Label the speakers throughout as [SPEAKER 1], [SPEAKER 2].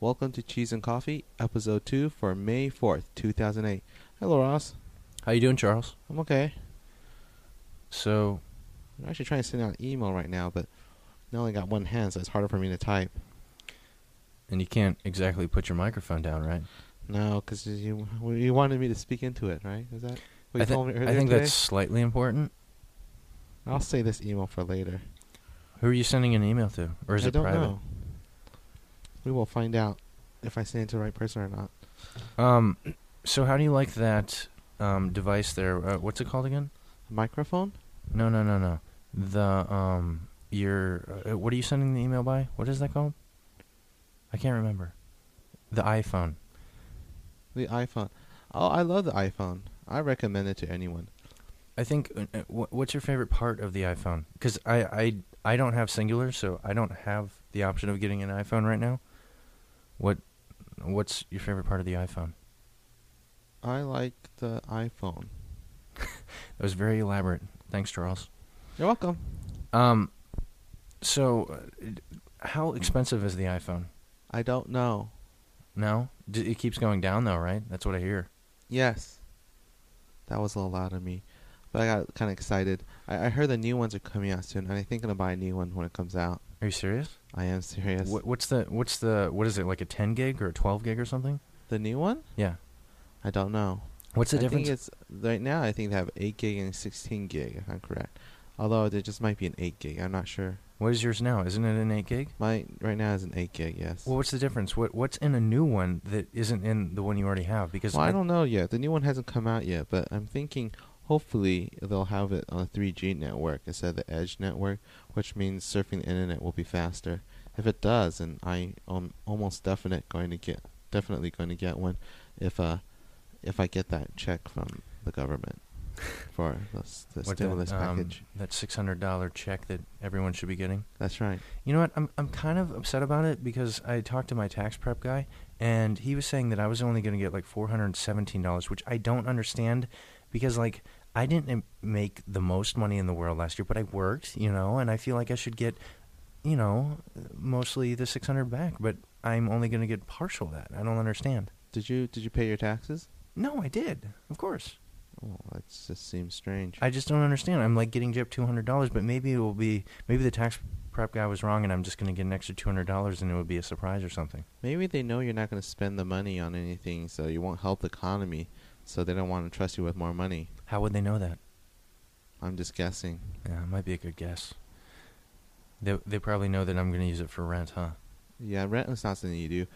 [SPEAKER 1] Welcome to Cheese and Coffee, episode two for May fourth, two thousand eight. Hello, Ross.
[SPEAKER 2] How you doing, Charles?
[SPEAKER 1] I'm okay.
[SPEAKER 2] So,
[SPEAKER 1] I'm actually trying to send out an email right now, but I only got one hand, so it's harder for me to type.
[SPEAKER 2] and you can't exactly put your microphone down, right?
[SPEAKER 1] No, because you you wanted me to speak into it, right? Is that what you
[SPEAKER 2] I, thi-
[SPEAKER 1] told me earlier
[SPEAKER 2] I think
[SPEAKER 1] today?
[SPEAKER 2] that's slightly important.
[SPEAKER 1] I'll save this email for later.
[SPEAKER 2] Who are you sending an email to, or is
[SPEAKER 1] I
[SPEAKER 2] it
[SPEAKER 1] don't
[SPEAKER 2] private?
[SPEAKER 1] know. We will find out if I send it to the right person or not.
[SPEAKER 2] Um, so how do you like that um, device there? Uh, what's it called again?
[SPEAKER 1] Microphone?
[SPEAKER 2] No, no, no, no. The um, your uh, what are you sending the email by? What is that called? I can't remember. The iPhone.
[SPEAKER 1] The iPhone. Oh, I love the iPhone. I recommend it to anyone.
[SPEAKER 2] I think. Uh, uh, wh- what's your favorite part of the iPhone? Because I, I I don't have Singular, so I don't have the option of getting an iPhone right now. What What's your favorite part of the iPhone?
[SPEAKER 1] I like the iPhone.
[SPEAKER 2] That was very elaborate. Thanks, Charles.
[SPEAKER 1] You're welcome.
[SPEAKER 2] Um, so uh, d- how expensive is the iPhone?
[SPEAKER 1] I don't know.
[SPEAKER 2] No, D- it keeps going down though, right? That's what I hear.
[SPEAKER 1] Yes. That was a little loud of me. But I got kind of excited. I, I heard the new ones are coming out soon, and I think I'm going to buy a new one when it comes out.
[SPEAKER 2] Are you serious?
[SPEAKER 1] I am serious.
[SPEAKER 2] Wh- what's the What's the What is it like a ten gig or a twelve gig or something?
[SPEAKER 1] The new one?
[SPEAKER 2] Yeah.
[SPEAKER 1] I don't know.
[SPEAKER 2] What's the
[SPEAKER 1] I
[SPEAKER 2] difference?
[SPEAKER 1] think it's right now. I think they have eight gig and sixteen gig. If I'm correct, although there just might be an eight gig. I'm not sure.
[SPEAKER 2] what is yours now? Isn't it an eight gig?
[SPEAKER 1] My right now is an eight gig. Yes.
[SPEAKER 2] Well,
[SPEAKER 1] Well,
[SPEAKER 2] what's the difference? What what's in a new one that isn't in the one you already have? Because
[SPEAKER 1] I don't know yet. The new one hasn't come out yet, but I'm thinking hopefully they'll have it on a 3G network instead of the Edge network, which means surfing the internet will be faster. If it does, and I am almost definite going to get definitely going to get one if uh if I get that check from the government for the, s- the
[SPEAKER 2] what
[SPEAKER 1] stimulus
[SPEAKER 2] that, um,
[SPEAKER 1] package.
[SPEAKER 2] that six hundred dollar check that everyone should be getting.
[SPEAKER 1] That's right.
[SPEAKER 2] You know what? I'm I'm kind of upset about it because I talked to my tax prep guy and he was saying that I was only going to get like four hundred seventeen dollars, which I don't understand because like I didn't im- make the most money in the world last year, but I worked, you know, and I feel like I should get, you know, mostly the six hundred back, but I'm only going to get partial that. I don't understand.
[SPEAKER 1] Did you did you pay your taxes?
[SPEAKER 2] No, I did, of course.
[SPEAKER 1] Oh, that just seems strange.
[SPEAKER 2] I just don't understand. I'm like getting gypped two hundred dollars, but maybe it will be maybe the tax prep guy was wrong, and I'm just going to get an extra two hundred dollars, and it would be a surprise or something.
[SPEAKER 1] Maybe they know you're not going to spend the money on anything, so you won't help the economy, so they don't want to trust you with more money.
[SPEAKER 2] How would they know that?
[SPEAKER 1] I'm just guessing.
[SPEAKER 2] Yeah, it might be a good guess. They they probably know that I'm going to use it for rent, huh?
[SPEAKER 1] Yeah, rent is not something you do.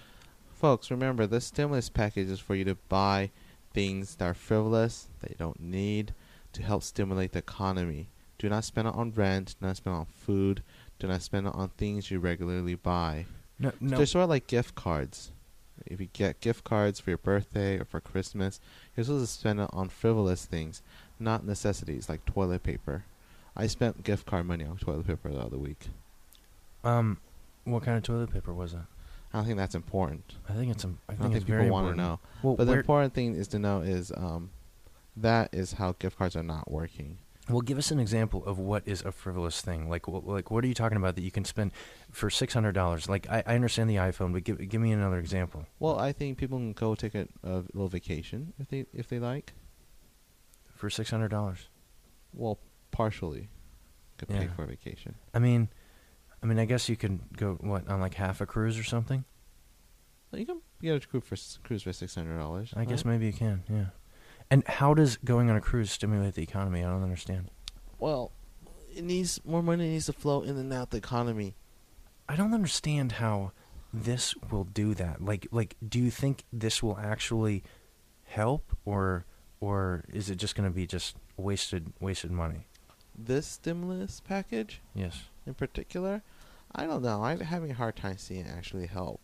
[SPEAKER 1] Folks, remember, the stimulus package is for you to buy things that are frivolous, that you don't need, to help stimulate the economy. Do not spend it on rent, do not spend it on food, do not spend it on things you regularly buy.
[SPEAKER 2] No, no.
[SPEAKER 1] They're sort of like gift cards. If you get gift cards for your birthday or for Christmas, you're supposed to spend it on frivolous things, not necessities like toilet paper. I spent gift card money on toilet paper the other week.
[SPEAKER 2] Um, what kind of toilet paper was it?
[SPEAKER 1] I don't think that's important.
[SPEAKER 2] I think it's um, I
[SPEAKER 1] I
[SPEAKER 2] think,
[SPEAKER 1] don't
[SPEAKER 2] it's
[SPEAKER 1] think
[SPEAKER 2] very
[SPEAKER 1] people want to
[SPEAKER 2] important.
[SPEAKER 1] know.
[SPEAKER 2] Well,
[SPEAKER 1] But the
[SPEAKER 2] where-
[SPEAKER 1] important thing is to know is um, that is how gift cards are not working.
[SPEAKER 2] Well, give us an example of what is a frivolous thing. Like, wh- like what are you talking about that you can spend for six hundred dollars? Like, I, I understand the iPhone, but give give me another example.
[SPEAKER 1] Well, I think people can go take a, a little vacation if they if they like.
[SPEAKER 2] for six hundred dollars.
[SPEAKER 1] Well, partially, could pay
[SPEAKER 2] Yeah.
[SPEAKER 1] for a vacation.
[SPEAKER 2] I mean, I mean, I guess you could go what on like half a cruise or something.
[SPEAKER 1] You can get a cruise for s- cruise for six hundred dollars.
[SPEAKER 2] I guess maybe you can, yeah. And how does going on a cruise stimulate the economy? I don't understand.
[SPEAKER 1] Well, it needs more money needs to flow in and out the economy.
[SPEAKER 2] I don't understand how this will do that. Like, like, do you think this will actually help, or or is it just going to be just wasted wasted money?
[SPEAKER 1] This stimulus package
[SPEAKER 2] Yes.
[SPEAKER 1] in particular, I don't know. I'm having a hard time seeing it actually help.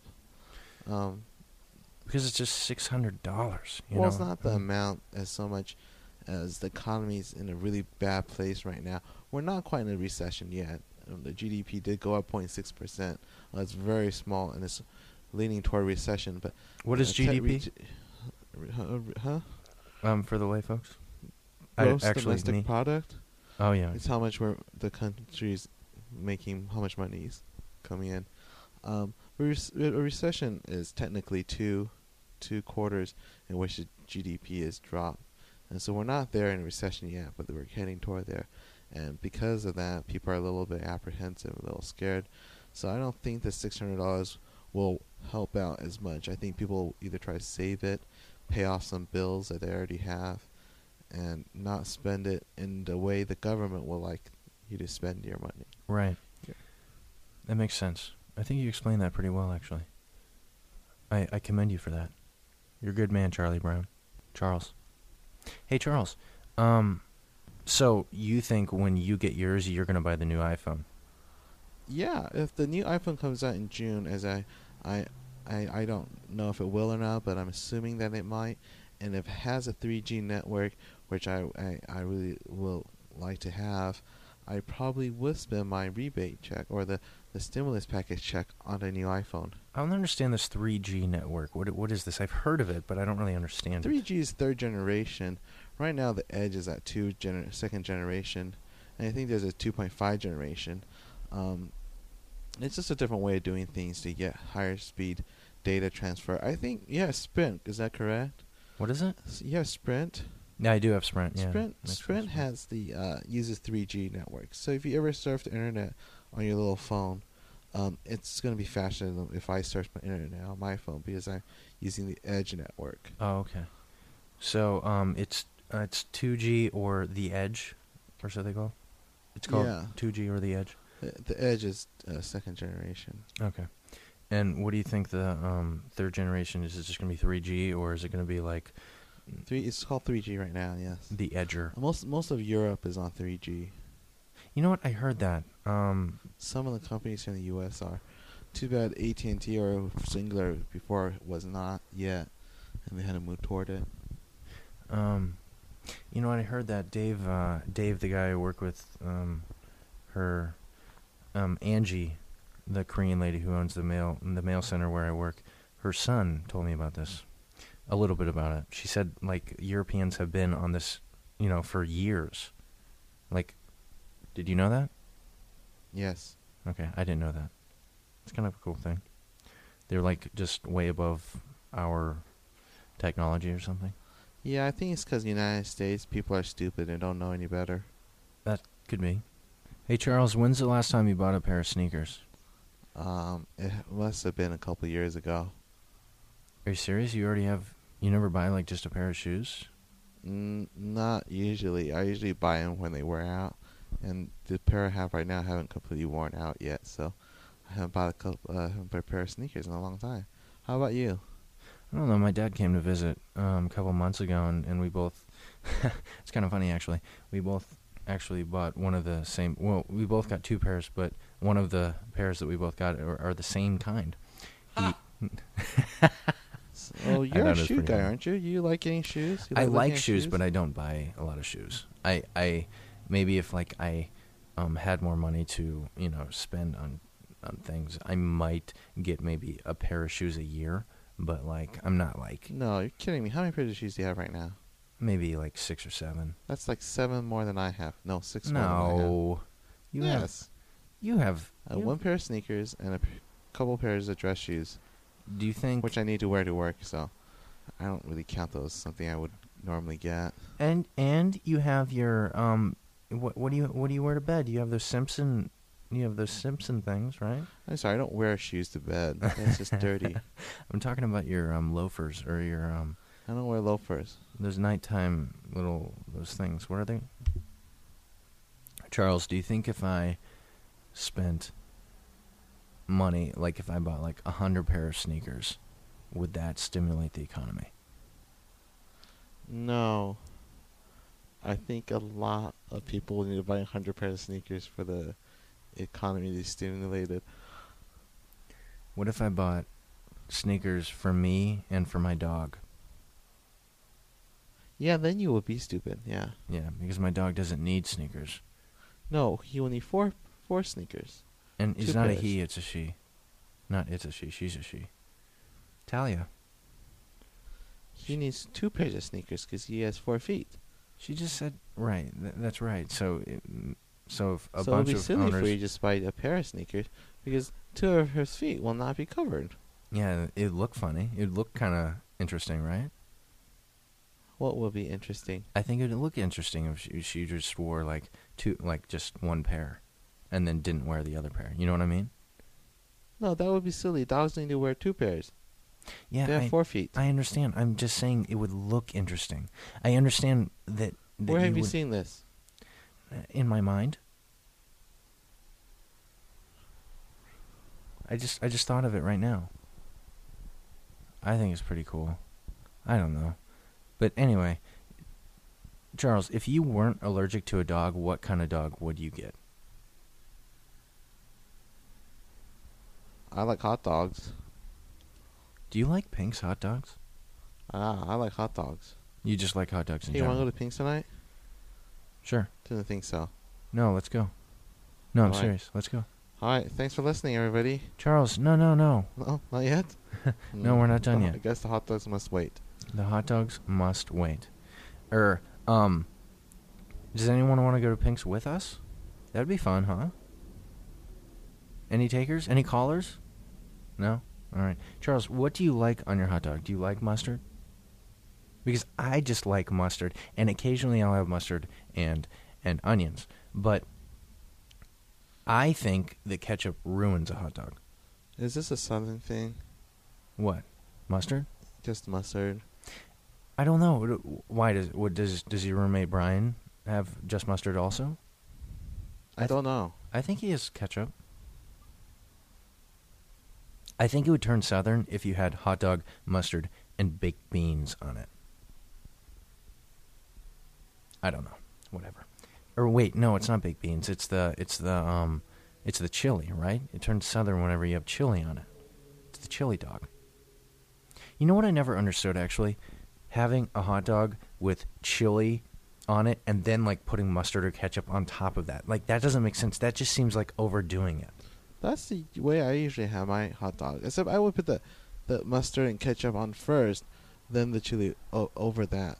[SPEAKER 1] Um,
[SPEAKER 2] Because it's just six hundred dollars.
[SPEAKER 1] well, it's not the
[SPEAKER 2] um,
[SPEAKER 1] amount as so much as the economy's in a really bad place right now. We're not quite in a recession yet. Um, the GDP did go up 0.6 percent. That's very small, and it's leaning toward recession. But
[SPEAKER 2] What is
[SPEAKER 1] uh, tech
[SPEAKER 2] GDP?
[SPEAKER 1] reach- Huh? huh?
[SPEAKER 2] um, for the lay folks. I-
[SPEAKER 1] Gross
[SPEAKER 2] actually,
[SPEAKER 1] domestic
[SPEAKER 2] me.
[SPEAKER 1] product.
[SPEAKER 2] Oh yeah.
[SPEAKER 1] It's how much we're the country's making, how much money is coming in. Um, A, re- a recession is technically two two quarters in which the GDP is dropped, and so we're not there in a recession yet, but we're heading toward there, and because of that, people are a little bit apprehensive, a little scared. So I don't think the six hundred dollars will help out as much. I think people will either try to save it, pay off some bills that they already have, and not spend it in the way the government will like you to spend your money.
[SPEAKER 2] Right.
[SPEAKER 1] Yeah.
[SPEAKER 2] That makes sense. I think you explained that pretty well, actually. I, I commend you for that. You're a good man, Charlie Brown. Charles. Hey, Charles. Um, so you think when you get yours, you're going to buy the new iPhone?
[SPEAKER 1] Yeah, if the new iPhone comes out in June, as I, I, I, I don't know if it will or not, but I'm assuming that it might. And if it has a 3G network, which I, I, I really will like to have, I probably would spend my rebate check or the, the stimulus package check on a new iPhone.
[SPEAKER 2] I don't understand this 3G network. What What is this? I've heard of it, but I don't really understand it.
[SPEAKER 1] 3G is third generation. Right now, the Edge is at two gener- second generation, and I think there's a 2.5 generation. Um, it's just a different way of doing things to get higher speed data transfer. I think yeah, Sprint is that correct?
[SPEAKER 2] What is it?
[SPEAKER 1] S- Yeah, Sprint.
[SPEAKER 2] Yeah, I do have Sprint. Yeah,
[SPEAKER 1] Sprint
[SPEAKER 2] That's
[SPEAKER 1] Sprint
[SPEAKER 2] right.
[SPEAKER 1] has the uh, uses 3G network. So if you ever surf the internet on your little phone, um, it's going to be faster than if I search my internet on my phone because I'm using the Edge network.
[SPEAKER 2] Oh, okay. So um, it's uh, it's 2G or the Edge, or so they call. It's called
[SPEAKER 1] Yeah.
[SPEAKER 2] 2G or the Edge.
[SPEAKER 1] The, the Edge is uh, second generation.
[SPEAKER 2] Okay. And what do you think the um, third generation is? It just going to be 3G, or is it going to be like
[SPEAKER 1] Three. It's called 3G right now. Yes.
[SPEAKER 2] the Edger?
[SPEAKER 1] Most most of Europe is on 3G.
[SPEAKER 2] You know what? I heard that. Um,
[SPEAKER 1] Some of the companies here in the U.S. are. Too bad AT&T or Singular before was not yet, and they had to move toward it.
[SPEAKER 2] um, you know what? I heard that Dave, uh, Dave, the guy I work with, um, her, um, Angie, the Korean lady who owns the mail the mail center where I work, her son told me about this, a little bit about it. She said like Europeans have been on this, you know, for years. Like, did you know that?
[SPEAKER 1] Yes.
[SPEAKER 2] Okay, I didn't know that. It's kind of a cool thing. They're like just way above our technology or something.
[SPEAKER 1] Yeah, I think it's because the United States people are stupid and don't know any better.
[SPEAKER 2] That could be. Hey Charles, when's the last time you bought a pair of sneakers?
[SPEAKER 1] Um, it must have been a couple years ago.
[SPEAKER 2] Are you serious? You already have you never buy like just a pair of shoes?
[SPEAKER 1] Mm, not usually. I usually buy them when they wear out, and the pair I have right now haven't completely worn out yet. So I haven't bought a couple, uh, haven't bought a pair of sneakers in a long time. How about you?
[SPEAKER 2] I don't know. My dad came to visit um, a couple months ago, and, and we both. it's kind of funny, actually. We both actually bought one of the same. Well, we both got two pairs, but one of the pairs that we both got are, are the same kind. He-
[SPEAKER 1] Oh, you're a
[SPEAKER 2] thought it was
[SPEAKER 1] shoe
[SPEAKER 2] pretty
[SPEAKER 1] guy,
[SPEAKER 2] funny.
[SPEAKER 1] aren't you? You like getting shoes? You
[SPEAKER 2] I
[SPEAKER 1] looking
[SPEAKER 2] like
[SPEAKER 1] at
[SPEAKER 2] shoes, but I don't buy a lot of shoes. I, I maybe if like I um, had more money to you know spend on on things, I might get maybe a pair of shoes a year. But like I'm not like
[SPEAKER 1] No, you're kidding me. How many pairs of shoes do you have right now?
[SPEAKER 2] maybe like six or seven.
[SPEAKER 1] That's like seven more than I have. No, six more than I have.
[SPEAKER 2] No, you have
[SPEAKER 1] yes.
[SPEAKER 2] you have
[SPEAKER 1] I have
[SPEAKER 2] you-
[SPEAKER 1] one pair of sneakers and a p- couple pairs of dress shoes,
[SPEAKER 2] Do you think
[SPEAKER 1] which I need to wear to work. So I don't really count those as something I would normally get.
[SPEAKER 2] and and you have your um what what do you what do you wear to bed? You have those Simpson you have those Simpson things, right?
[SPEAKER 1] I'm sorry, I don't wear shoes to bed. That's just dirty.
[SPEAKER 2] I'm talking about your um loafers or your um
[SPEAKER 1] I don't wear loafers.
[SPEAKER 2] those nighttime little those things. What are they? Charles, do you think if I spent money, like if I bought like a hundred pair of sneakers, would that stimulate the economy?
[SPEAKER 1] No. I think a lot of people need to buy 100 pairs of sneakers for the economy to stimulate it.
[SPEAKER 2] What if I bought sneakers for me and for my dog?
[SPEAKER 1] Yeah, then you will be stupid. Yeah.
[SPEAKER 2] Yeah, because my dog doesn't need sneakers.
[SPEAKER 1] No, he will need four four sneakers.
[SPEAKER 2] And it's
[SPEAKER 1] Two
[SPEAKER 2] not a
[SPEAKER 1] pairs.
[SPEAKER 2] he, it's a she. Not it's a she, she's a she. Talia.
[SPEAKER 1] He needs two pairs of sneakers because he has four feet.
[SPEAKER 2] She just said right. Th- that's right. So it, so if a
[SPEAKER 1] so it would
[SPEAKER 2] bunch
[SPEAKER 1] be
[SPEAKER 2] of
[SPEAKER 1] silly
[SPEAKER 2] owners
[SPEAKER 1] for you to just buy a pair of sneakers because two of his feet will not be covered.
[SPEAKER 2] Yeah, it'd look funny. It'd look kind of interesting, right?
[SPEAKER 1] What would be interesting?
[SPEAKER 2] I think it'd look interesting if she, she just wore like two, like just one pair, and then didn't wear the other pair. You know what I mean?
[SPEAKER 1] No, that would be silly. Dogs need to wear two pairs.
[SPEAKER 2] Yeah,
[SPEAKER 1] they have
[SPEAKER 2] I,
[SPEAKER 1] four feet.
[SPEAKER 2] I understand. I'm just saying it would look interesting. I understand that. that
[SPEAKER 1] Where have you
[SPEAKER 2] would-
[SPEAKER 1] seen this?
[SPEAKER 2] in my mind. I just I just thought of it right now. I think it's pretty cool. I don't know. But anyway, Charles, if you weren't allergic to a dog, what kind of dog would you get?
[SPEAKER 1] I like hot dogs.
[SPEAKER 2] Do you like Pink's hot dogs?
[SPEAKER 1] Ah, I like hot dogs.
[SPEAKER 2] You just like hot dogs in
[SPEAKER 1] Hey, you want
[SPEAKER 2] general.
[SPEAKER 1] to go to Pink's tonight?
[SPEAKER 2] sure.
[SPEAKER 1] Didn't think so.
[SPEAKER 2] No, let's go. No, I'm
[SPEAKER 1] Alright.
[SPEAKER 2] serious. Let's go.
[SPEAKER 1] All right, thanks for listening, everybody.
[SPEAKER 2] Charles, no, no, no.
[SPEAKER 1] No, not yet.
[SPEAKER 2] No,
[SPEAKER 1] Hmm,
[SPEAKER 2] we're not done
[SPEAKER 1] the-
[SPEAKER 2] yet.
[SPEAKER 1] I guess the hot dogs must wait.
[SPEAKER 2] The hot dogs must wait. Er, um, does anyone want to go to Pink's with us? That'd be fun, huh? Any takers? Any callers? No? Alright. Charles, what do you like on your hot dog? Do you like mustard? Because I just like mustard, and occasionally I'll have mustard and and onions. But I think that ketchup ruins a hot dog.
[SPEAKER 1] Is this a southern thing?
[SPEAKER 2] What? Mustard?
[SPEAKER 1] Just mustard?
[SPEAKER 2] I don't know. What- Why does what does does your roommate Brian have just mustard also?
[SPEAKER 1] I,
[SPEAKER 2] I th-
[SPEAKER 1] don't know.
[SPEAKER 2] I think he has ketchup. I think it would turn southern if you had hot dog, mustard, and baked beans on it. I don't know. Whatever. Or wait, no, it's not baked beans. It's the it's the um it's the chili, right? It turns southern whenever you have chili on it. It's the chili dog. You know what I never understood actually? Having a hot dog with chili on it and then like putting mustard or ketchup on top of that. Like that doesn't make sense. That just seems like overdoing it.
[SPEAKER 1] That's the way I usually have my hot dog. Except I would put the, the mustard and ketchup on first, then the chili o- over that.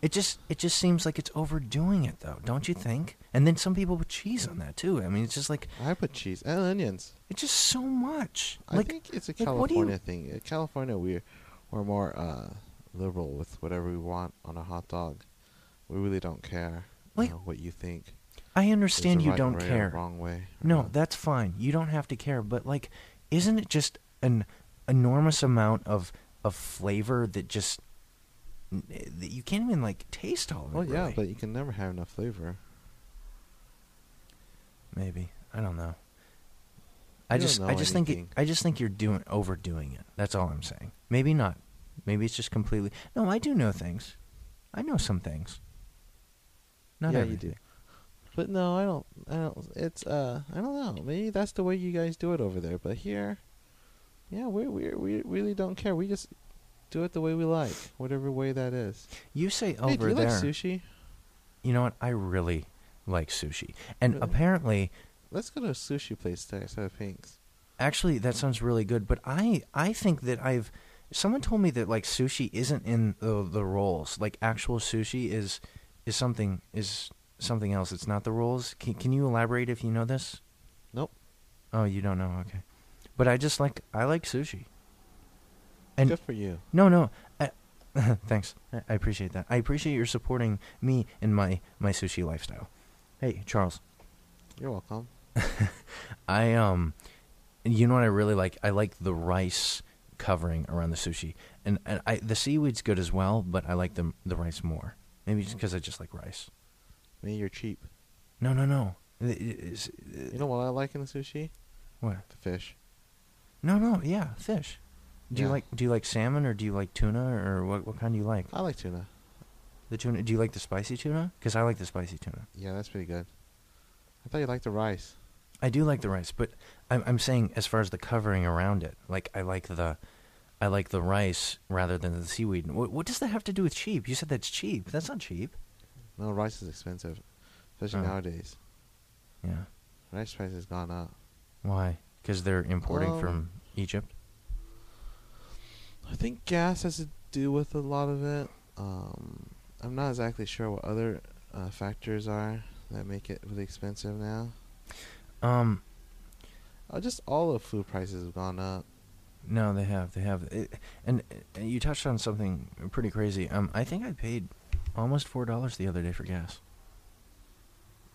[SPEAKER 2] It just it just seems like it's overdoing it though, don't you think? And then some people put cheese on that too. I mean, it's just like
[SPEAKER 1] I put cheese and onions.
[SPEAKER 2] it's just so much.
[SPEAKER 1] I
[SPEAKER 2] like
[SPEAKER 1] think it's a
[SPEAKER 2] like, what do you-
[SPEAKER 1] California thing. In California, we're, we're more uh, liberal with whatever we want on a hot dog. We really don't care you
[SPEAKER 2] Like-
[SPEAKER 1] know, what you think.
[SPEAKER 2] I
[SPEAKER 1] is the
[SPEAKER 2] understand you
[SPEAKER 1] right
[SPEAKER 2] don't
[SPEAKER 1] way or
[SPEAKER 2] care.
[SPEAKER 1] Wrong way. or
[SPEAKER 2] No,
[SPEAKER 1] not.
[SPEAKER 2] that's fine. You don't have to care, but like isn't it just an enormous amount of of flavor that just that you can't even like taste all of it.
[SPEAKER 1] Well, yeah,
[SPEAKER 2] really.
[SPEAKER 1] but you can never have enough flavor.
[SPEAKER 2] Maybe I don't know. I
[SPEAKER 1] You don't
[SPEAKER 2] just
[SPEAKER 1] know
[SPEAKER 2] I just think it,
[SPEAKER 1] anything.
[SPEAKER 2] I just think you're doing overdoing it. That's all I'm saying. Maybe not. Maybe it's just completely. No, I do know things. I know some things. Not
[SPEAKER 1] Yeah, you
[SPEAKER 2] everything.
[SPEAKER 1] do. But no, I don't. I don't. It's uh, I don't know. Maybe that's the way you guys do it over there. But here, yeah, we we we really don't care. We just do it the way we like, whatever way that is.
[SPEAKER 2] You say
[SPEAKER 1] hey, do
[SPEAKER 2] over
[SPEAKER 1] you
[SPEAKER 2] there.
[SPEAKER 1] like sushi?
[SPEAKER 2] You know what? I really like sushi, and
[SPEAKER 1] Really?
[SPEAKER 2] apparently,
[SPEAKER 1] Let's go to a sushi place today instead of Pink's.
[SPEAKER 2] actually, that sounds really good. But I I think that I've someone told me that like sushi isn't in the the rolls. Like actual sushi is is something is something else. It's not the rolls. Can Can you elaborate if you know this?
[SPEAKER 1] Nope.
[SPEAKER 2] Oh, you don't know? Okay. But I just like I like sushi. And
[SPEAKER 1] Good for you.
[SPEAKER 2] no, no. I, thanks. I, I appreciate that. I appreciate your supporting me and my my sushi lifestyle. Hey, Charles.
[SPEAKER 1] You're welcome.
[SPEAKER 2] I um you know what I really like? I like the rice covering around the sushi. And, and I the seaweed's good as well, but I like the the rice more. Maybe just cuz I just like rice.
[SPEAKER 1] Me, you're cheap.
[SPEAKER 2] No, no, no. It- it- it's-
[SPEAKER 1] You know what I like in the sushi?
[SPEAKER 2] what?
[SPEAKER 1] The fish.
[SPEAKER 2] No, no. Yeah, fish. Do you
[SPEAKER 1] Yeah.
[SPEAKER 2] like do you like salmon or do you like tuna or what what kind do you like?
[SPEAKER 1] I like tuna.
[SPEAKER 2] The tuna. Do you like the spicy tuna? Because I like the spicy tuna.
[SPEAKER 1] Yeah, that's pretty good. I thought you liked the rice.
[SPEAKER 2] I do like the rice, but I'm, I'm saying as far as the covering around it, like I like the, I like the rice rather than the seaweed. What, what does that have to do with cheap? You said that's cheap. That's not cheap.
[SPEAKER 1] No, rice is expensive, especially
[SPEAKER 2] Oh.
[SPEAKER 1] nowadays.
[SPEAKER 2] Yeah.
[SPEAKER 1] Rice price has gone up.
[SPEAKER 2] Why? Because they're importing
[SPEAKER 1] Um,
[SPEAKER 2] from Egypt.
[SPEAKER 1] I think gas has to do with a lot of it. Um, I'm not exactly sure what other uh, factors are that make it really expensive now.
[SPEAKER 2] Um,
[SPEAKER 1] Uh, just all of food prices have gone up.
[SPEAKER 2] No, they have. They have. It, and, and you touched on something pretty crazy. Um, I think I paid almost four dollars the other day for gas.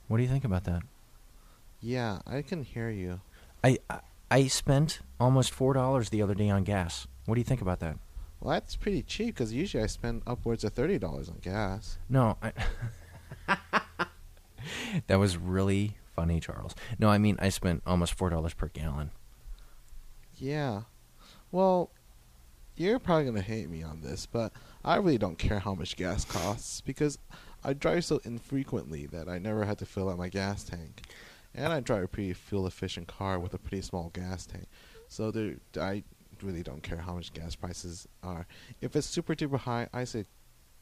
[SPEAKER 2] What do you think about that?
[SPEAKER 1] Yeah, I can hear you.
[SPEAKER 2] I I, I spent almost four dollars the other day on gas. What do you think about that?
[SPEAKER 1] Well, that's pretty cheap because usually I spend upwards of thirty dollars on gas.
[SPEAKER 2] No, I, that was really funny, Charles. No, I mean I spent almost four dollars per gallon.
[SPEAKER 1] Yeah. Well, you're probably gonna hate me on this, but I really don't care how much gas costs because I drive so infrequently that I never had to fill up my gas tank, and I drive a pretty fuel efficient car with a pretty small gas tank, so there I really don't care how much gas prices are. If it's super duper high, I say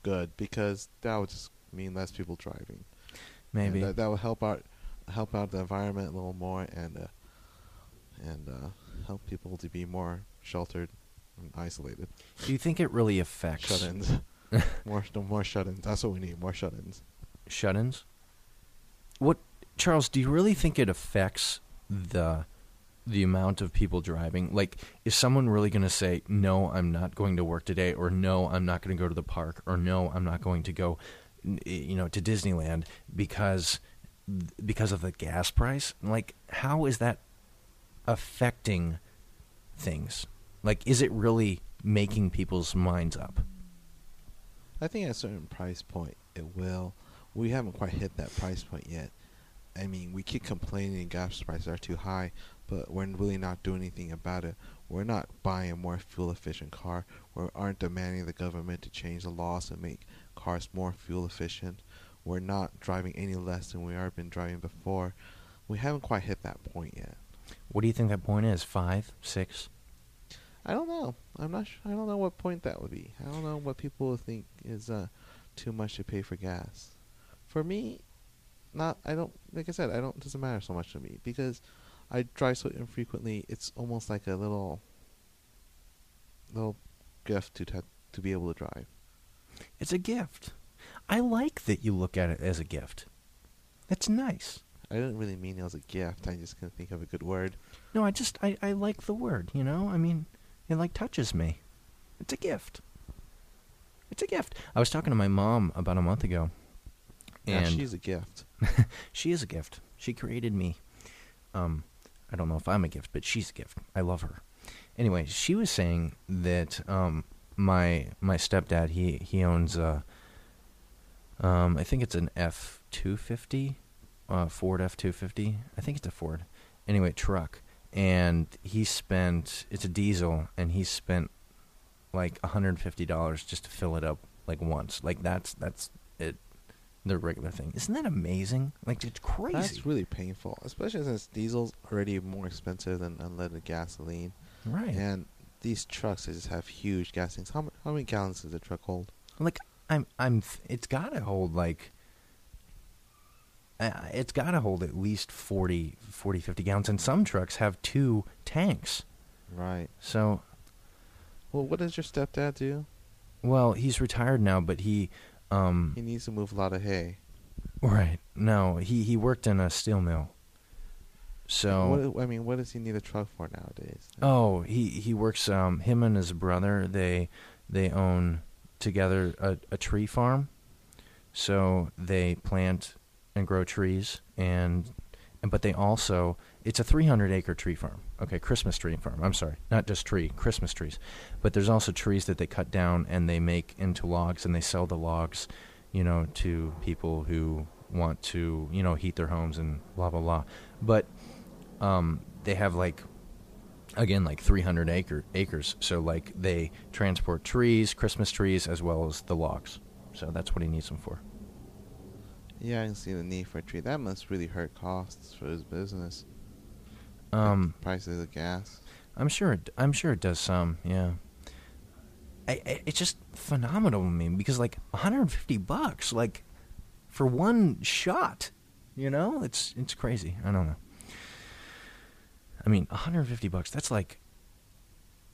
[SPEAKER 1] good because that would just mean less people driving.
[SPEAKER 2] Maybe
[SPEAKER 1] and uh, that, that will help out help out the environment a little more and uh, and uh, help people to be more sheltered and isolated.
[SPEAKER 2] do you think it really affects
[SPEAKER 1] Shut-ins, more no more shut-ins. That's what we need. More shut-ins.
[SPEAKER 2] shut-ins? What, Charles? Do you really think it affects the the amount of people driving? Like, is someone really going to say, "No, I'm not going to work today," or "No, I'm not going to go to the park," or "No, I'm not going to go, n- you know, to Disneyland because because of the gas price"? Like, how is that affecting things? Like, is it really making people's minds up?
[SPEAKER 1] I think at a certain price point, it will. We haven't quite hit that price point yet. I mean, we keep complaining gas prices are too high, but we're really not doing anything about it. We're not buying a more fuel efficient car. We aren't demanding the government to change the laws and make cars more fuel efficient. We're not driving any less than we have been driving before. We haven't quite hit that point yet.
[SPEAKER 2] What do you think that point is? Five, six?
[SPEAKER 1] I don't know. I'm not. Sure. I don't know what point that would be. I don't know what people think is uh, too much to pay for gas. For me, not. I don't. Like I said, I don't. Doesn't matter so much to me because I drive so infrequently. It's almost like a little, little gift to t- to be able to drive.
[SPEAKER 2] It's a gift. I like that you look at it as a gift. That's nice.
[SPEAKER 1] I didn't really mean it was a gift. I just couldn't think of a good word.
[SPEAKER 2] No, I just I, I like the word, you know? I mean, it like touches me. It's a gift. It's a gift. I was talking to my mom about a month ago.
[SPEAKER 1] yeah,
[SPEAKER 2] and-
[SPEAKER 1] she's a gift.
[SPEAKER 2] she is a gift. She created me. Um, I don't know if I'm a gift, but she's a gift. I love her. Anyway, she was saying that um, my my stepdad he he owns uh, um, I think it's an F two fifty, uh, Ford F two fifty. I think it's a Ford. Anyway, truck, and he spent it's a diesel, and he spent like hundred and fifty dollars just to fill it up like once. Like that's that's it the regular thing. Isn't that amazing? Like it's crazy.
[SPEAKER 1] That's really painful, especially since diesel's already more expensive than unleaded gasoline.
[SPEAKER 2] right.
[SPEAKER 1] And these trucks, they just have huge gas tanks. How, mu- how many gallons does a truck hold?
[SPEAKER 2] Like I'm I'm th- it's got to hold like uh, it's got to hold at least 40 40 50 gallons and some trucks have two tanks.
[SPEAKER 1] Right.
[SPEAKER 2] So,
[SPEAKER 1] Well, what does your stepdad do?
[SPEAKER 2] well, he's retired now, but he um
[SPEAKER 1] He needs to move a lot of hay.
[SPEAKER 2] right. No, he he worked in a steel mill. So
[SPEAKER 1] What, I mean, what does he need a truck for nowadays?
[SPEAKER 2] Oh, he he works. Um, him and his brother they they own together a, a tree farm, so they plant and grow trees and and but they also it's a 300 acre tree farm. Okay, Christmas tree farm. I'm sorry, not just tree, Christmas trees, but there's also trees that they cut down and they make into logs and they sell the logs, you know, to people who want to you know heat their homes and blah blah blah. But um, they have like again like 300 acre acres so like they transport trees christmas trees as well as the logs so that's what he needs them for
[SPEAKER 1] Yeah, I can see the need for a tree. That must really hurt costs for his business.
[SPEAKER 2] um
[SPEAKER 1] Prices of gas.
[SPEAKER 2] i'm sure it, i'm sure it does some yeah I, I, it's just phenomenal to me because like 150 bucks like for one shot you know it's it's crazy i don't know i mean 150 bucks that's like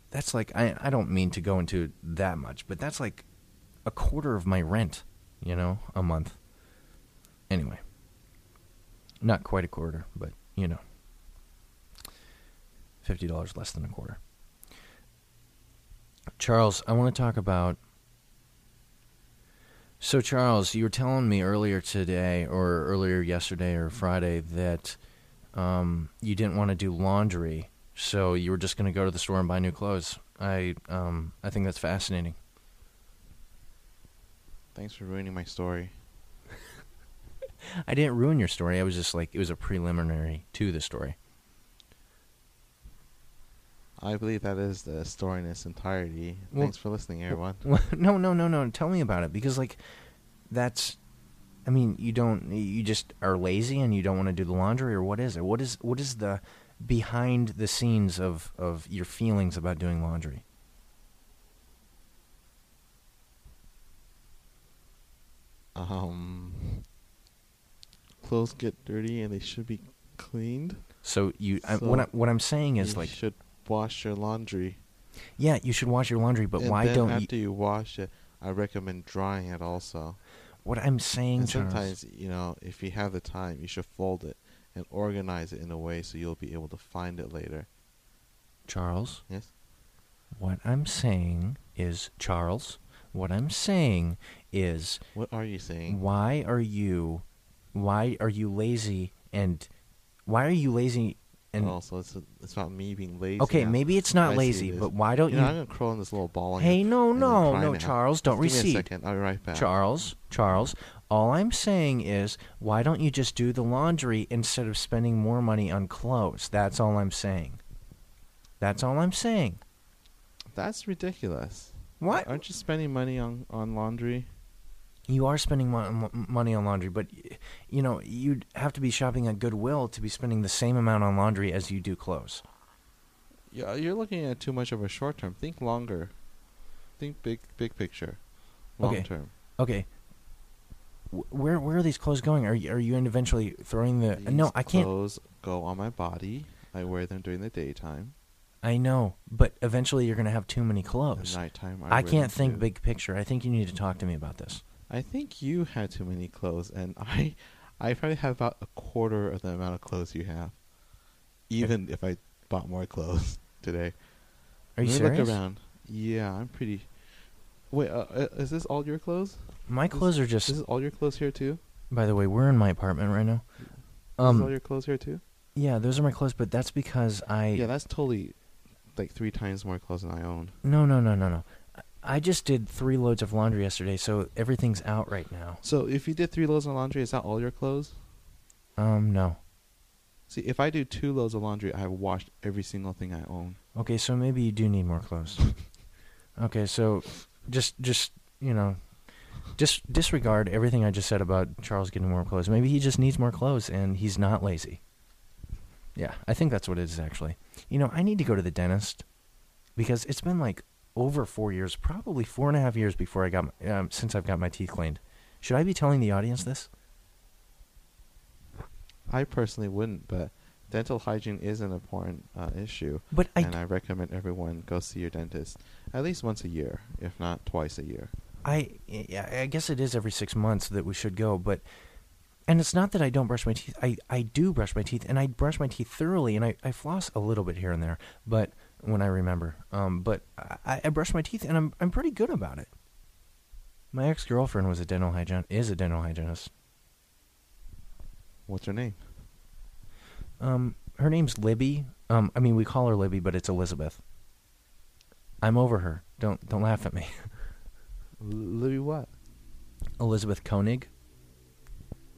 [SPEAKER 2] that's like i i don't mean to go into that much but that's like a quarter of my rent you know a month anyway not quite a quarter but you know fifty dollars less than a quarter. Charles, I want to talk about. So, Charles, you were telling me earlier today, or earlier yesterday, or Friday, that um, you didn't want to do laundry, so you were just going to go to the store and buy new clothes. I um, I think that's fascinating.
[SPEAKER 1] Thanks for ruining my story.
[SPEAKER 2] I didn't ruin your story. I was just like it was a preliminary to the story.
[SPEAKER 1] I believe that is the story in its entirety.
[SPEAKER 2] Well-
[SPEAKER 1] Thanks for listening, everyone.
[SPEAKER 2] Well, no, no, no, no. Tell me about it because like that's I mean, you don't you just are lazy and you don't want to do the laundry or what is it? What is what is the behind the scenes of of your feelings about doing laundry?
[SPEAKER 1] Um, clothes get dirty and they should be cleaned.
[SPEAKER 2] So you I, what I,
[SPEAKER 1] So,
[SPEAKER 2] what I'm saying is
[SPEAKER 1] you
[SPEAKER 2] like
[SPEAKER 1] should wash your laundry.
[SPEAKER 2] yeah, you should wash your laundry, but
[SPEAKER 1] and
[SPEAKER 2] why
[SPEAKER 1] then
[SPEAKER 2] don't you
[SPEAKER 1] after you wash it, I recommend drying it also.
[SPEAKER 2] What I'm saying
[SPEAKER 1] And
[SPEAKER 2] Charles,
[SPEAKER 1] sometimes, you know, if you have the time, you should fold it and organize it in a way so you'll be able to find it later.
[SPEAKER 2] Charles,
[SPEAKER 1] Yes?
[SPEAKER 2] what I'm saying is Charles, what I'm saying is
[SPEAKER 1] What are you saying?
[SPEAKER 2] why are you why are you lazy and why are you lazy and
[SPEAKER 1] also, Oh, it's, it's about me being lazy.
[SPEAKER 2] okay
[SPEAKER 1] now.
[SPEAKER 2] maybe it's not
[SPEAKER 1] I see
[SPEAKER 2] lazy
[SPEAKER 1] it is.
[SPEAKER 2] but why don't
[SPEAKER 1] You
[SPEAKER 2] you,
[SPEAKER 1] know, I'm going to curl in this little ball. on
[SPEAKER 2] hey
[SPEAKER 1] you
[SPEAKER 2] no
[SPEAKER 1] and then
[SPEAKER 2] no
[SPEAKER 1] cry
[SPEAKER 2] no
[SPEAKER 1] now.
[SPEAKER 2] charles don't
[SPEAKER 1] Just Give me a
[SPEAKER 2] recede
[SPEAKER 1] second. I'll be right back.
[SPEAKER 2] charles charles all i'm saying is why don't you just do the laundry instead of spending more money on clothes that's all i'm saying that's all i'm saying
[SPEAKER 1] That's ridiculous.
[SPEAKER 2] what
[SPEAKER 1] Aren't you spending money on, on laundry?
[SPEAKER 2] you are spending mon- m- money on laundry, but y- you know you'd have to be shopping at Goodwill to be spending the same amount on laundry as you do clothes.
[SPEAKER 1] Yeah, you're looking at too much of a short term. Think longer. Think big, big picture. Long
[SPEAKER 2] Okay.
[SPEAKER 1] term.
[SPEAKER 2] Okay, Wh- where where are these clothes going? Are you, are you eventually throwing the? Uh, no,
[SPEAKER 1] These
[SPEAKER 2] I can't.
[SPEAKER 1] Clothes go on my body. I wear them during the daytime.
[SPEAKER 2] I know, but eventually you're going to have too many
[SPEAKER 1] At
[SPEAKER 2] clothes.
[SPEAKER 1] nighttime, I,
[SPEAKER 2] Oh, I
[SPEAKER 1] wear them
[SPEAKER 2] can't think
[SPEAKER 1] too.
[SPEAKER 2] big picture. I think you need to talk to me about this.
[SPEAKER 1] I think you had too many clothes, and I, I probably have about a quarter of the amount of clothes you have. Even if I bought more clothes today.
[SPEAKER 2] Are you
[SPEAKER 1] Let me
[SPEAKER 2] serious?
[SPEAKER 1] Look around. Yeah, I'm pretty. Wait, uh, uh, is this all your clothes?
[SPEAKER 2] My
[SPEAKER 1] This-
[SPEAKER 2] clothes are just.
[SPEAKER 1] This is all your clothes here too.
[SPEAKER 2] by the way, we're in my apartment right now.
[SPEAKER 1] This is all
[SPEAKER 2] Um,
[SPEAKER 1] your clothes here too.
[SPEAKER 2] yeah, those are my clothes, but that's because I.
[SPEAKER 1] yeah, that's totally like three times more clothes than I own.
[SPEAKER 2] No, no, no, no, no. I- I just did three loads of laundry yesterday, so everything's out right now.
[SPEAKER 1] So if you did three loads of laundry, is that all your clothes?
[SPEAKER 2] Um, no.
[SPEAKER 1] See, if I do two loads of laundry, I have washed every single thing I own.
[SPEAKER 2] Okay, so maybe you do need more clothes. okay, so just, just you know, just disregard everything I just said about Charles getting more clothes. Maybe he just needs more clothes, and he's not lazy. Yeah, I think that's what it is actually. You know, I need to go to the dentist because it's been like over four years, probably four and a half years before I got my, um, since I've got my teeth cleaned. Should I be telling the audience this?
[SPEAKER 1] I personally wouldn't, but dental hygiene is an important uh, issue,
[SPEAKER 2] But I,
[SPEAKER 1] and I recommend everyone go see your dentist at least once a year, if not twice a year.
[SPEAKER 2] I yeah, I guess it is every six months that we should go, but and it's not that I don't brush my teeth. I, I do brush my teeth, and I brush my teeth thoroughly, and I, I floss a little bit here and there, but when I remember, um, but I, I brush my teeth, and I'm I'm pretty good about it. My ex girlfriend was a dental hygienist. Is a dental hygienist.
[SPEAKER 1] What's your name?
[SPEAKER 2] Um, her name's Libby. Um, I mean we call her Libby, but it's Elizabeth. I'm over her. Don't don't laugh at me.
[SPEAKER 1] L- Louis what?
[SPEAKER 2] Elizabeth Koenig.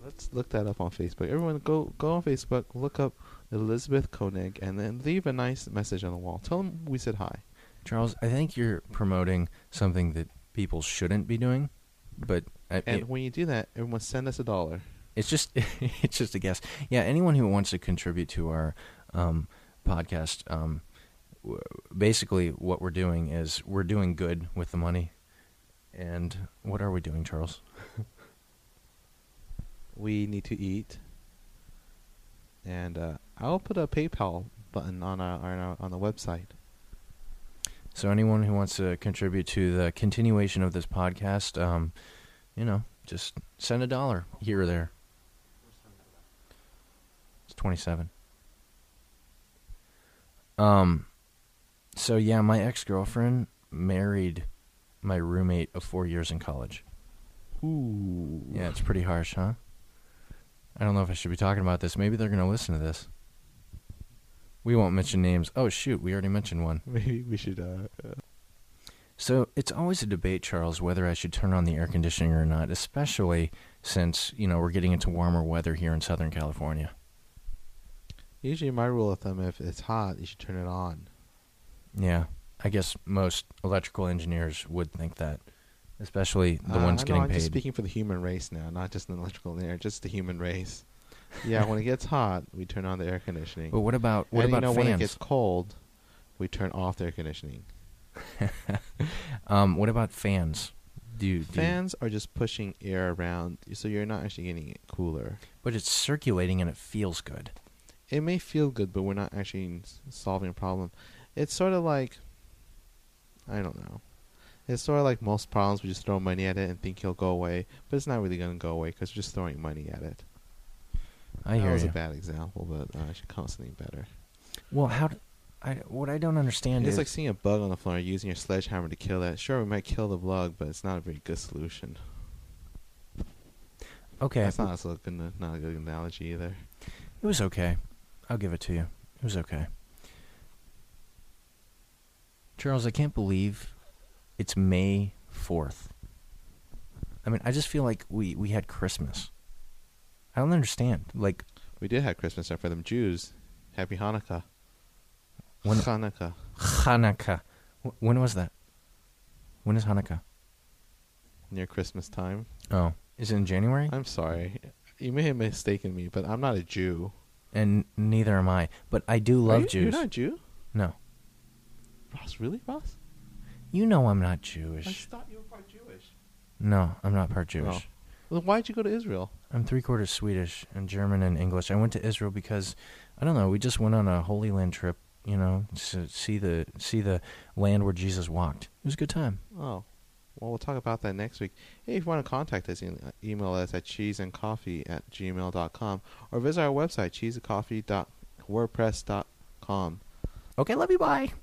[SPEAKER 1] Let's look that up on Facebook. Everyone, go go on Facebook, look up Elizabeth Koenig, and then leave a nice message on the wall. Tell them we said hi.
[SPEAKER 2] Charles, I think you're promoting something that people shouldn't be doing, but I,
[SPEAKER 1] And
[SPEAKER 2] it-
[SPEAKER 1] when you do that, everyone send us a dollar.
[SPEAKER 2] it's just it's just a guess. Yeah, anyone who wants to contribute to our um, podcast, um, w- basically what we're doing is we're doing good with the money. And what are we doing, Charles?
[SPEAKER 1] We need to eat. And uh, I'll put a PayPal button on our, on our on the website.
[SPEAKER 2] So anyone who wants to contribute to the continuation of this podcast, um, you know, just send a dollar here or there. It's twenty-seven. Um, so yeah, my ex girlfriend married my roommate of four years in college.
[SPEAKER 1] Ooh.
[SPEAKER 2] Yeah, it's pretty harsh, huh? I don't know if I should be talking about this. Maybe they're gonna listen to this. We won't mention names. Oh shoot, we already mentioned one.
[SPEAKER 1] Maybe we should. Uh, uh,
[SPEAKER 2] So it's always a debate, Charles, whether I should turn on the air conditioning or not, especially since, you know, we're getting into warmer weather here in Southern California.
[SPEAKER 1] usually, my rule of thumb: if it's hot, you should turn it on.
[SPEAKER 2] Yeah. I guess most electrical engineers would think that. Especially the
[SPEAKER 1] Uh, I
[SPEAKER 2] ones
[SPEAKER 1] know,
[SPEAKER 2] getting
[SPEAKER 1] I'm
[SPEAKER 2] paid.
[SPEAKER 1] Just speaking for the human race now, not just the electrical engineer, just the human race. Yeah, when it gets hot, we turn on the air conditioning.
[SPEAKER 2] but what about what
[SPEAKER 1] and
[SPEAKER 2] about
[SPEAKER 1] you know,
[SPEAKER 2] fans?
[SPEAKER 1] when it gets cold, we turn off the air conditioning.
[SPEAKER 2] um, what about fans? Do you, do you-
[SPEAKER 1] Fans are just pushing air around, so you're not actually getting it cooler.
[SPEAKER 2] but it's circulating and it feels good.
[SPEAKER 1] It may feel good, but we're not actually s- solving a problem. It's sort of like, I don't know. It's sort of like most problems, we just throw money at it and think it'll go away, but it's not really going to go away because we're just throwing money at it.
[SPEAKER 2] I
[SPEAKER 1] that
[SPEAKER 2] hear
[SPEAKER 1] was
[SPEAKER 2] you.
[SPEAKER 1] a bad example, but uh, I should come up with something better.
[SPEAKER 2] well, how d I what I don't understand
[SPEAKER 1] it's
[SPEAKER 2] is
[SPEAKER 1] like seeing a bug on the floor and using your sledgehammer to kill that. Sure, we might kill the bug, but it's not a very good solution.
[SPEAKER 2] okay,
[SPEAKER 1] That's not, also good, not a good analogy either.
[SPEAKER 2] It was okay. I'll give it to you. It was okay. Charles, I can't believe it's May 4th. I mean, I just feel like we, we had Christmas. I don't understand. Like,
[SPEAKER 1] We did have Christmas and for them Jews. Happy Hanukkah.
[SPEAKER 2] When-
[SPEAKER 1] Hanukkah.
[SPEAKER 2] Hanukkah. Wh- When was that? When is Hanukkah?
[SPEAKER 1] Near Christmas time.
[SPEAKER 2] Oh. Is it in January?
[SPEAKER 1] I'm sorry. You may have mistaken me, but I'm not a Jew.
[SPEAKER 2] and neither am I. But I do
[SPEAKER 1] Are
[SPEAKER 2] love
[SPEAKER 1] you, You're
[SPEAKER 2] Jews.
[SPEAKER 1] not a Jew?
[SPEAKER 2] no.
[SPEAKER 1] Ross, really, Ross?
[SPEAKER 2] You know I'm not Jewish.
[SPEAKER 1] thought you were part Jewish. Oh.
[SPEAKER 2] No, I'm not part Jewish.
[SPEAKER 1] Well, then why'd you go to Israel?
[SPEAKER 2] I'm three quarters Swedish and German and English. I went to Israel because I don't know. We just went on a Holy Land trip, you know, to see the see the land where Jesus walked. It was a good time.
[SPEAKER 1] Oh. Well, we'll talk about that next week. Hey, if you want to contact us, you can email us at cheeseandcoffee at gmail.com or visit our website, cheeseandcoffee.wordpress.com.
[SPEAKER 2] Okay, love you. Bye.